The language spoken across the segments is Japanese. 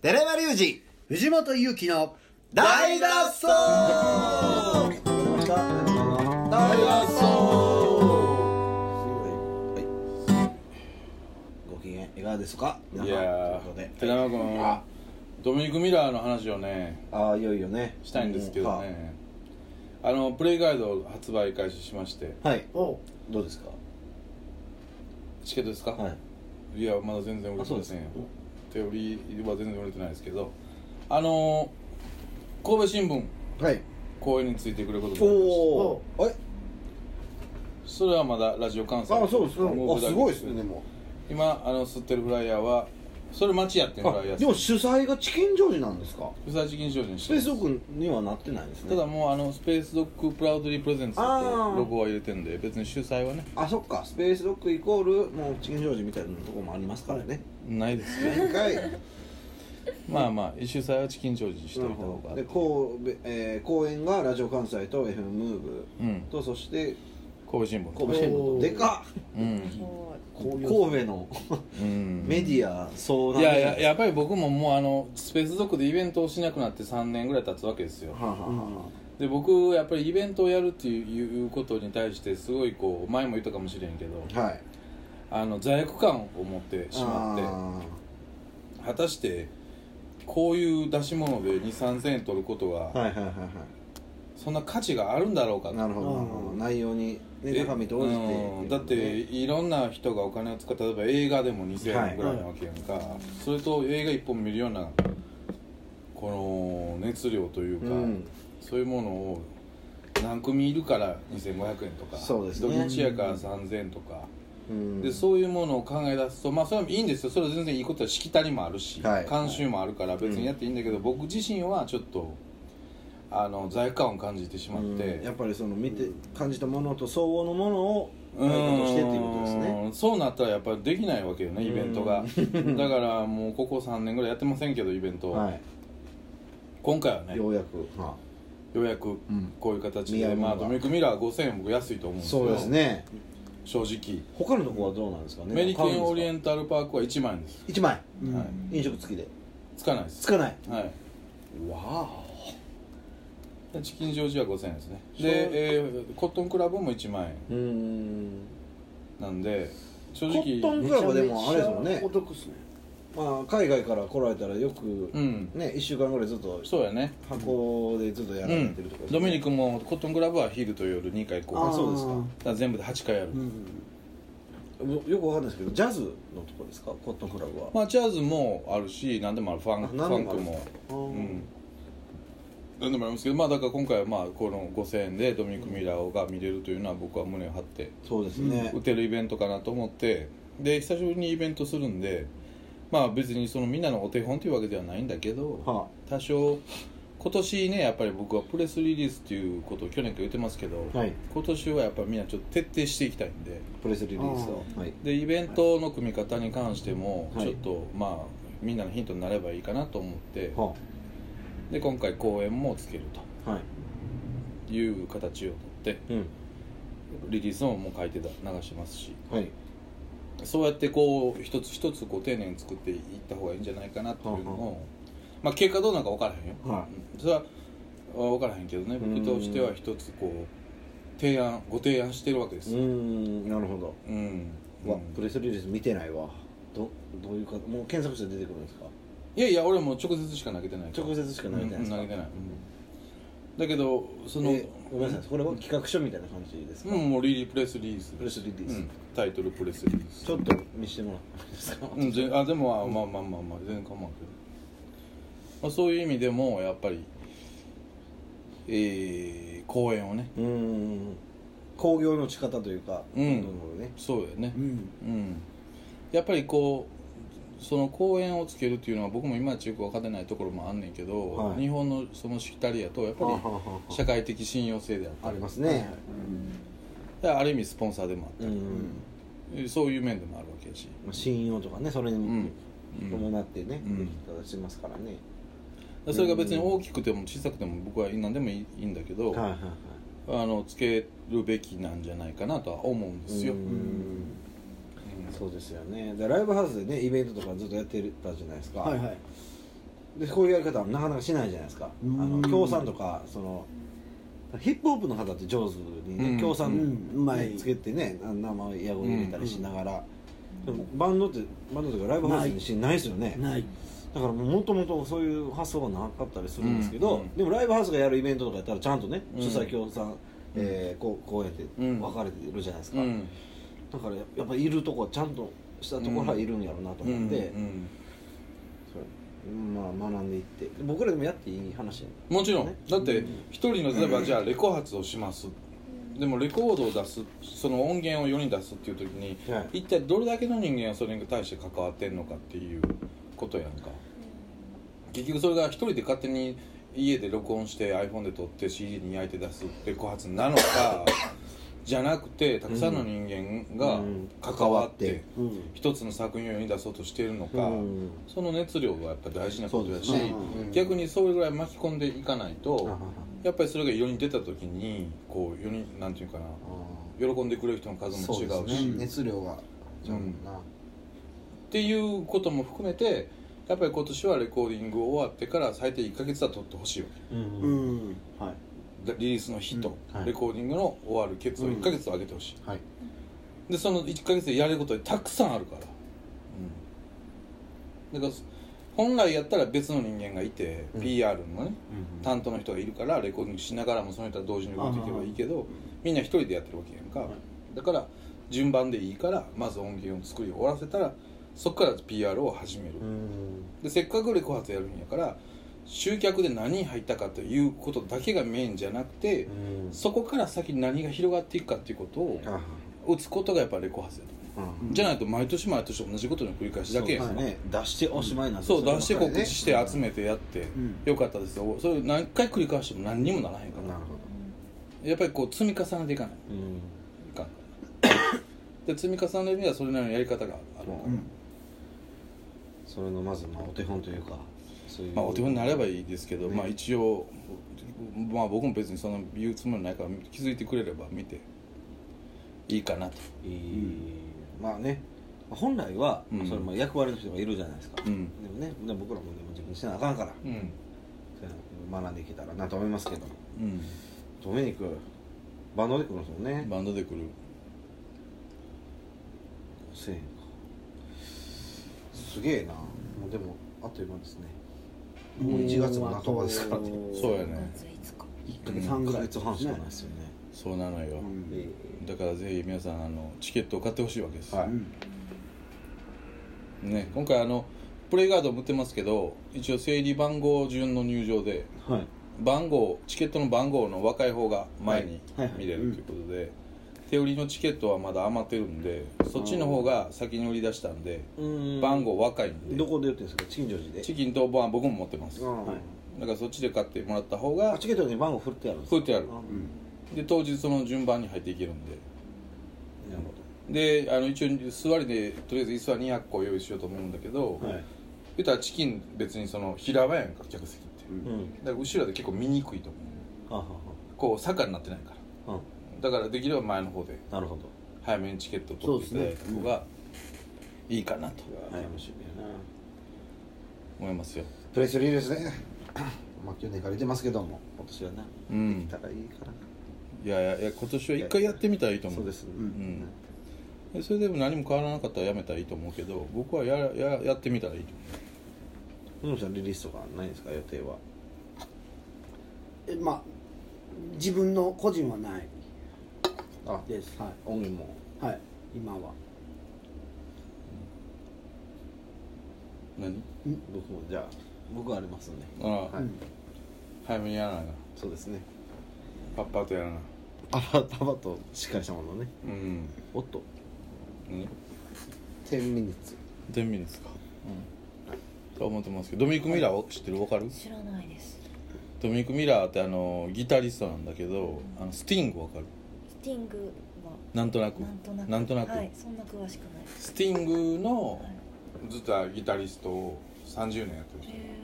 寺山隆藤本勇樹の二大脱走大脱走ご機嫌いかがですか皆いさんやということーで寺山君あドミニク・ミラーの話をねあーいよいよねしたいんですけどうんねあのプレイガイド発売開始しましてははいおどうですかチケットですか、はいい、やまだ全然売れてませんよあそう手売りは全然売れてないですけどあのー、神戸新聞はい公演についてくることになりましおおえたそれはまだラジオ関西あそうですもねあうすごいですねでも今あの吸ってるフライヤーはそれ町やってるフあライヤーでも主催がチキンジョージなんですか不在地禁止にしスてペまーすスオークにはなってないですたねだもうあのスペースドッグプラウドリープレゼンツとあーロゴは入れてんで別に主催はねあそっかスペースドッグイコールもうチキンジョージみたいなとこもありますからねないですけ ど一回まあまあ主催はチキンジョージにしておいた方がで神戸、えー、公演がラジオ関西と FM ムーブうんとそして神戸新聞神戸新おー聞でかっうん神戸のうんメディアそうなんいでやいややっぱり僕ももうあのスペース族でイベントをしなくなって3年ぐらい経つわけですよはあはあはで僕やっぱりイベントをやるっていうことに対してすごいこう前も言ったかもしれんけどあはいあの罪悪感を持ってしまって果たしてこういう出し物で2 3 0 0 0円取ることあーがはいはいはいそんな価値があるんだろうかはいとなるほどなるほど内容にね中身と応じてうんだっていろんな人がお金を使って例えば映画でも2000円ぐらいなわけやんか、それと映画1本見るようなこの熱量というか、うんそういうものを何組いるから2500円とかそうですね土日やから3000円とか、うんでそういうものを考え出すとまあそれはいいんですよそれは全然いいことはしきたりもあるし、はい慣習もあるから別にやっていいんだけど、僕自身はちょっとあの罪悪感を感じてしまって、うんやっぱりその見て感じたものと相応のものをう何かとしてっていうことですねーんそうなったらやっぱりできないわけよねイベントがだからもうここ3年ぐらいやってませんけどイベントを、はい今回はねよようやくはうやくうんこういう形ミで、ラーまあがドミニクミラー5000円僕安いと思うんあですよそうですね正直他のとこはどうなんですかねメリケンオリエンンタルパークは1万円です、 1枚はい、飲食付きでつかないですつかないはいわでチキンジョージは5000円ですねそうで、えーコットンクラブも1万円おうんなんで正コ直ットンクラブでもあれですもんめちゃめちゃねお得っすねまあ海外から来られたらよくうんね1週間ぐらいずっとそうやね箱でずっとやうられんてるとかドミニククもコットンクラブは昼と夜2回こあうそうですかだから全部で8回やる、うんよくわかんないですけどジャズのとこですかコットンクラブはまあジャズもあるし何でもあるファンあフ何でァンもあクるもあうーん何でもありますけどまあだから今回はまあこの5000円でドミニク・ミラーが見れるというのは僕は胸を張ってそうですね打てるイベントかなと思ってで久しぶりにイベントするんでまあ別にそのみんなのお手本というわけではないんだけどは多少今年ねやっぱり僕はプレスリリースっていうことを去年から言ってますけどあはい今年はやっぱりみんなちょっと徹底していきたいんでプレスリリースをはいでイベントの組み方に関しても、はいちょっとまあみんなのヒントになればいいかなと思ってはで今回公演もつけるあはいという形をとってうんリリースももう書いてた流してますしはいそうやってこう一つ一つこう丁寧に作っていった方がいいんじゃないかなっていうのはを、まあ、結果どうなるか分からへんよ、はうんそれは分からへんけどねうん僕としては一つこう提案ご提案してるわけでうすーんなるほどうん、うわ、うんプレスリリース見てないわどどういうかもう検索して出てくるんですかいやいや俺もう直接しか投げてないから直接しか投げてないですか、うん投げてない、うんだけどその、えごめんなさいこれは企画書みたいな感じですか、うんもうリリープレスリリースプレスリリース、うんタイトルプレスリリースちょっと見してもらってもいいですか、うんぜあでもあまあまあまあまあ全然構わんけど、まあ、そういう意味でもやっぱりえー、公演をねうーん興行の仕方というか、うんどのねそうやねうんうんやっぱりこうその公演をつけるっていうのは僕もいまいちよく分かってないところもあんねんけど、はい日本のそのしきたりやとやっぱはありはあはあ社会的信用性であったありりますねである意味スポンサーでもあったりうん、そういう面でもあるわけやし、まあ、信用とかねそれにうん伴ってね、うんできたりしますからね、それが別に大きくても小さくても僕は何でもいいいいんだけど、はいはいはいあのつけるべきなんじゃないかなとは思うんですよ、うーんうんそうですよねでライブハウスでねイベントとかずっとやってたじゃないですか、はいはいでこういうやり方はなかなかしないじゃないですかあうのん協賛とかそのヒップホップの方って上手にうんね協う賛、んうまいつけてねあの生やご入れたりしながら、うんでもバンドってバンドというかライブハウスにしないですよねないだからもともとそういう発想がなかったりするんですけど、うんうんでもライブハウスがやるイベントとかやったらちゃんとね、うん主催協賛、えー、こうこうやってうん分かれてるじゃないですうか、んだからやっぱいるとこちゃんとしたところはいるんやろうなと思って、うんまあ学んでいって僕らでもやっていい話うん、もちろんねだって一人の例えばじゃあレコ発をしますでもレコードを出すその音源を世に出すっていう時にはい一体どれだけの人間がそれに対して関わってんのかっていうことやんか結局それが一人で勝手に家で録音して iPhone で撮って CD に焼いて出すレコ発なの かじゃなくてたくさんの人間がうん関わってうん一つの作品を世に出そうとしているのか、うんその熱量はやっぱ大事なことだし、そうですねうん逆にそれぐらい巻き込んでいかないとあやっぱりそれが世に出た時にこう世になんていうかな喜んでくれる人の数も違そううですしね熱量がちゃうもんなっていうことも含めてやっぱり今年はレコーディング終わってから最低1ヶ月は撮ってほしいようんううんんはいリリースの日とうんはいレコーディングの終わるケツを1ヶ月上げてほしい、はいでその1ヶ月でやれることたくさんあるから、うん、だから本来やったら別の人間がいて、うん PR のね担当の人がいるからレコーディングしながらもその人は同時に動いていけばいいけどみんな一人でやってるわけやんか、はいだから順番でいいからまず音源を作り終わらせたらそこから PR を始める、うんでせっかくレコ発やるんやから集客で何人入ったかということだけがメインじゃなくて、そこから先に何が広がっていくかっていうことをあ打つことがやっぱりレコ発やと、うんじゃないと毎年毎年同じことの繰り返しだけやんそうね出しておしまいなんですそう出ねして告知して集めてやって、んよかったですよそれ何回繰り返しても何にもならへんから、なるほやっぱりこう積み重ねていかないどうんいかんで積み重ねるにはそれなりのやり方があるから、うんそれのまずまあお手本というかそういうまあお手本になればいいいですけど、ねまあ一応まあ僕も別にその言うつもりないから気づいてくれれば見ていいかなといまあね本来はうんそれも役割の人がいるじゃないですかうでもんねでも僕らもでも自分にしなあかんからうん学んでいけたらなと思いますけどうドメニクバンドで来るんですもんねんバンドで来る1000円かすげえなもうでもあっという間ですねもう1月も半ばですからねそうやね1ヶ月半ぐらい1ヶ月半しかないですよねそうなのよ、うんえだからぜひ皆さんあのチケットを買ってほしいわけです、はうんね、今回あのプレイガードも売ってますけど一応整理番号順の入場でーはい番号チケットの番号の若い方が前にはいはいはい見れるということで、手売りのチケットはまだ余ってるんでそっちの方が先に売り出したんで、番号若いんでどこで売ってるんですかチンジョージでチキンとバン僕も持ってますうだんはいからそっちで買ってもらった方あがチケットに番号振ってあるんですか振ってあるあで当日その順番に入っていけるんでなるほであの一応座りでとりあえず椅子は200個用意しようと思うんだけど、どはい言ったらチキン別にその平場やんか客席ってうんうんだから後ろで結構見にくいと思うははこう坂になってないからははだからできれば前の方でなるほど早めにチケットを取っていただいた方がいいかなとはい面白いな思いますよプレスリーです ねまあ去年から出てますけども今年はなう行んったらいいからいやいやいや今年は一回やってみたらいいと思そううですねんでそれでも何も変わらなかったらやめたらいいと思うけど僕はやややってみたらいいとふのちゃんリリースとかないんですか予定はえまあ自分の個人はないあですは音源もいはい今は思う僕もじゃあ僕はありますね何ああ、はいうん早めにやらないなそうですねパッパッとやらなパパパパとしっかりしたものねうんおっと何10ミニッツ天秤ですかうんと思ってますけどドミニク・ミラーを知ってるわかる知らないですドミニク・ミラーってあのギタリストなんだけどあのスティングわかるスティングはなんとなくなんとなくはいそんな詳しくないです、スティングのはい、ずっとギタリストを30年やってる人へ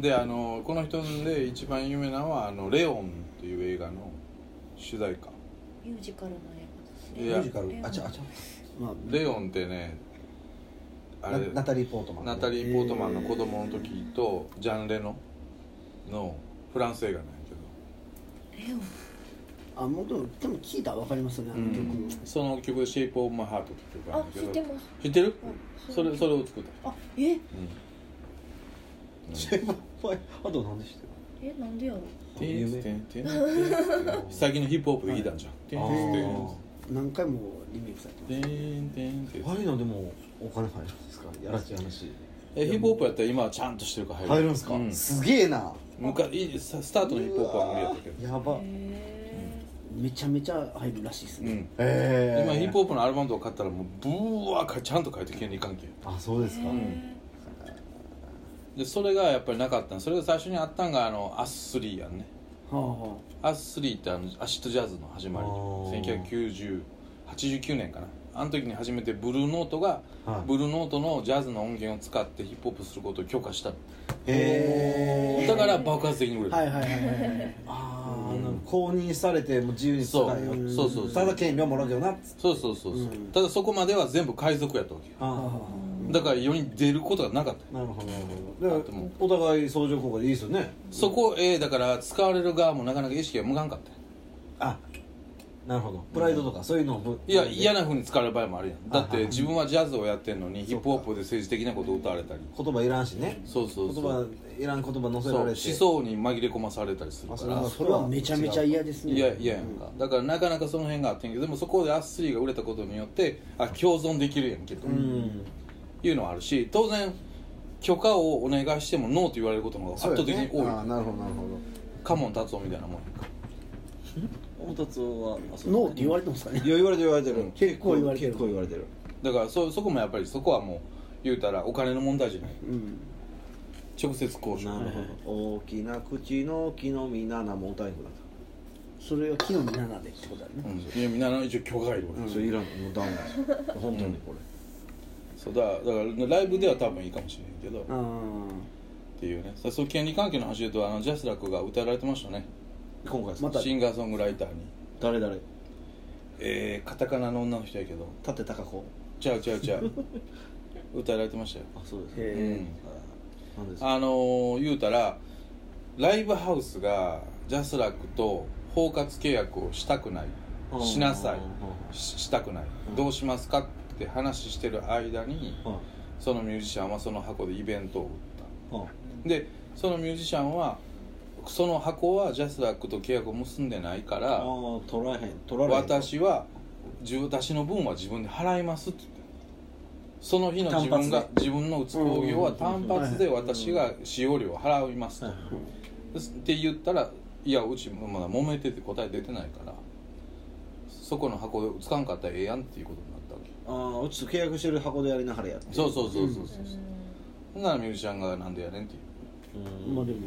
であのこの人で一番有名なのは「あのレオン」っていう映画の主題歌ーミュージカルの映画ですいやレオンあちゃあちゃレオンってねあれナタリー・ポートマンナタリー・ポートマンの子供の時とジャン・レノのフランス映画なんやけどレオンあもうでもでも聞いたら分かりますよねあの曲、うんその曲「シェイプ・オブ・マイ・ハート」って曲がああるんだ知けっどてます知ってるあそれそれを作った人あえシェイプボーイ あと何でしたえなんでやろうてんてん有てん てん名最近のヒップホップでいいだんじゃんてんあてーん何回もリメイクされてますてんてんてんああいうのでもお金入るんですかやらしい話えヒップホップやったら今はちゃんとしてるから入るんですか、うすげえな昔ススタートのヒップホップは無理やったけどやばへめちゃめちゃ入るらしいですうね、んえ今ー、ヒップホップのアルバムとか買ったらもうブワーかちゃんと書いてけんにいかんけんあそうですか、えでそれがやっぱりなかったんそれが最初にあったんがあのアッスリーやんねはあはアッスリーってあのアシッドジャズの始まりあー1989年かなあの時に初めてブルーノートが、はいブルーノートのジャズの音源を使ってヒップホップすることを許可したのへえだから爆発的に売れた、はいはいはいはいはいああ、なんか公認されてもう自由に使そうえよそうそうそただう権利はもらうけどなっつってそうそうそうそう、うんただそこまでは全部海賊やったわけよあはあはだから世に出ることがなかったあなるほどなるほどあともうお互い相乗効果でいいですよねそこえーだから使われる側もなかなか意識が向かんかったあなるほどプライドとかそういうのもいや嫌なふうに使われる場合もあるやんだっあはてい自分はジャズをやってんのにヒップホップで政治的なことを歌われたり言葉いらんしねそうそうそう言葉いらん言葉載せそうられ思て想に紛れ込まされたりするあかそれらはあそれはめちゃめちゃ嫌ですねいやいややんか、だからなかなかその辺があってんけどでもそこでアスリーが売れたことによってあ共存できるやんけと、うんいうのはあるし当然許可をお願いしてもノーと言われることの方が圧そう倒や的に多ねい、ああなるほどなるほどカモン達夫みたいなもんやんか大達夫はあそうノーって言われてますかねいや言われてる言われてる、うん結構言われてる結構言われてるだからそそこもやっぱりそこはもう言うたらお金の問題じゃないうん直接交渉なるほど大きな口の木の実ななも歌いくだそれが木の実7でってことだうね、ん、いやみんな一応許可がいるわけ、それいらんもうダメです本当にこれ、そうだだからライブでは多分いいかもしれんけど、っあていうねさそう権利関係の話で言うとあのジャスラックが歌われてましたね今回さまたシンガーソングライターに誰誰えー、カタカナの女の人やけど舘高子ちゃうちゃうちゃう 歌われてましたよ、あそうですーへねえうんあなんですかあのー、言うたらライブハウスがジャスラックと包括契約をしたくないしなさうんうんいししたくないどうしますかって話してる間にうんうんそのミュージシャンはその箱でイベントを打ったうんでそのミュージシャンはその箱はジャスラックと契約を結んでないかあらあ取られへん取られへん私は自私の分は自分で払いますって言ってその日の自分が単自分の打つ工業は単発でうんうんうん私が使用料を払いますはいとって言ったらいやうちまだ揉めてて答え出てないからそこの箱を使わんかったらええやんっていうことになったわけああうちと契約してる箱でやりながらやってそううそうそうそうそうーそううほんならミュージシャンがなんでやねんっていううんまあでも、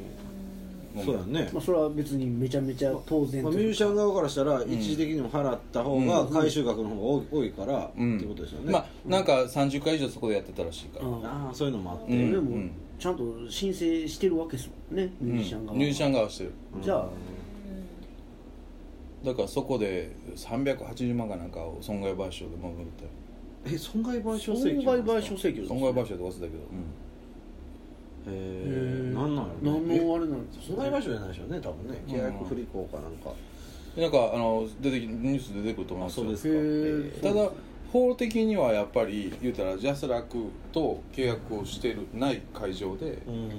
もそうやねまあ、それは別にめちゃめちゃ当然まあとミュいーうジかシャン側からしたら一時的にも払った方がうん回収額の方が多い多いからってうんいうことですよねまあなんか30回以上そこでやってたらしいからうんああそういうのもあってうんでうもんちゃんと申請してるわけですもんねミュージシャンが、うんミュージシャン側はしてるじゃあだからそこで380万かなんかを損害賠償で守るってえ損害賠償損請求害賠なんです償か請求です損ね害賠償とか忘れたけど、へえ何なんやろ何えのあれなんです損害賠償じゃないでしょうね多分ね契約不履行かなんかうん、なんかあの出てきニュースで出てくると思うんですよかへーただ法的にはやっぱり言うたらジャスラックと契約をしてるない会場でうん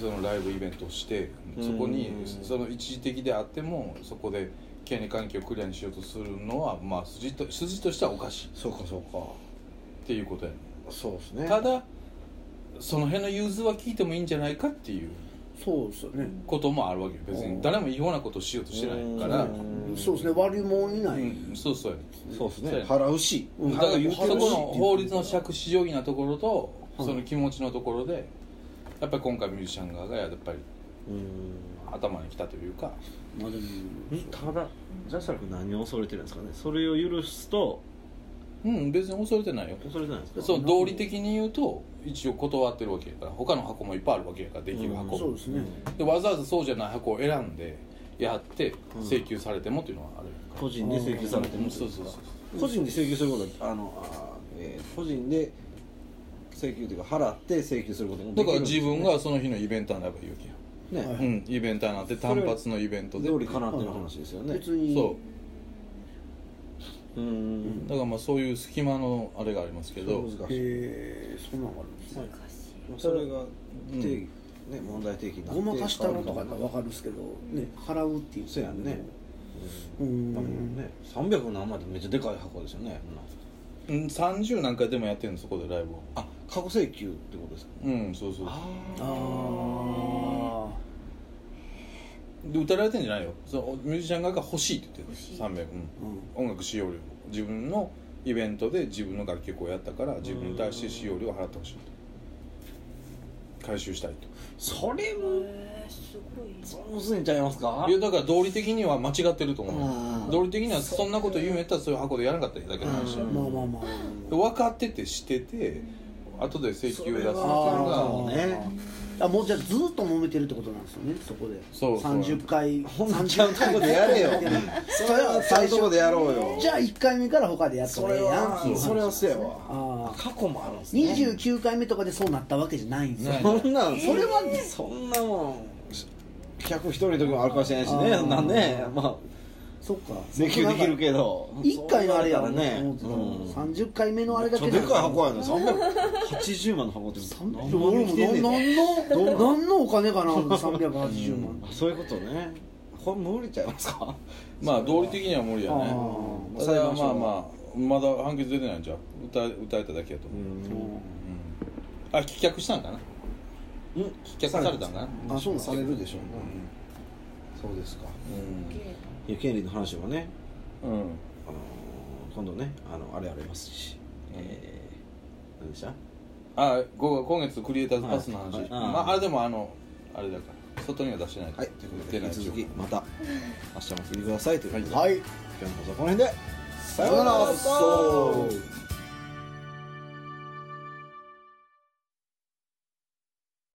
そのライブイベントをしてうんそこにその一時的であってもそこで権利関係をクリアにしようとするのはまあ筋と筋としてはおかしいっそうかそうかていうことやねそうですねただその辺の融通は聞いてもいいんじゃないかっていうそうですよね、こともあるわけよ別うにん誰も違法なことをしようとしてないからうんんそうですね悪いもんいない、そうそうやねそうですねそうやね払うしうんだから払う言そこてるしの法律の尺子定規なところとうんその気持ちのところでやっぱり今回ミュージシャン側がやっぱりうん頭にきたというかまあでもただジャスラック何を恐れてるんですかねそれを許すとうん別に恐れてないよ恐れてないんですかそう道理的に言うと一応断ってるわけやから他の箱もいっぱいあるわけやからできるうんそう箱ですね、でわざわざそうじゃない箱を選んでやってうん請求されてもっていうのはある個人で請求されてうもんそうそうそう個人で請求することはあのあー、えー個人で請求というか払って請求することもでだきかるらんです自よね分がその日のイベントになればいいわけやね、はいうんイベントになって単発のイベントで道理かなっての話ですよね別にそううんだからまあそういう隙間のあれがありますけど難しいへえそんなんがあるんですねおかしいまあそれがうん定義、ね問題提起になってごまかしたのとかやっ変たわらる分のかるんですけどね払うっていうそうやんねううんんだもんね300何枚ってめっちゃでかい箱ですよねうん30何回でもやってるのそこでライブをあ過去請求ってことですかうんそうそうあああで歌られてんじゃないよそのミュージシャン側が欲しいって言ってる欲しい300、うんう音楽使用料自分のイベントで自分の楽曲をやったから自分に対して使用料を払ってほしいと回収したいとんそれもえー、すごいそのすにちゃいますかいやだから道理的には間違ってるとう思んう道理的にはそんなこと言うんやったらそういう箱でやらなかったらいいだけの話うんまあまあまあ分かっててしてて後で請求を出すっていうあのがあねあもうじゃあずっと揉めてるってことなんですよねそこでそうそう30回ほんまちゃんとこでやれよそれは最初でやろうよじゃあ1回目から他でやったそらえれえやんっはていう話それはそうやわああ過去もあるんですね29回目とかでそうなったわけじゃないんですよないそんなんそれはそんなもん客一人の時もあるかもしれないしねあーなんねまあそっか請求できるけど1回のあれやそろうなったらねねうん30回目のあれだけでかい箱ややね380万の箱って俺も何万できてんねんね何の何のお金かな380万あそういうことねこれ無理ちゃいますかまあ道理的には無理やあねーそれはまあまあまだ判決出てないんじゃう歌歌えただけやと思う、あ棄却したんかなうん棄却されたんかなあそうなんされるでしょうねそうですかいや権利の話もねうん、うんあのー今度ねあのあれありますしえー何でしたあご今月クリエイターズパスの話、はいはいまあ、あれでもあのあれだから外には出してないはい、ということで出な引いきし続きまた明日も聞いてくださいということで、はい今日の放送はこの辺でさようならそう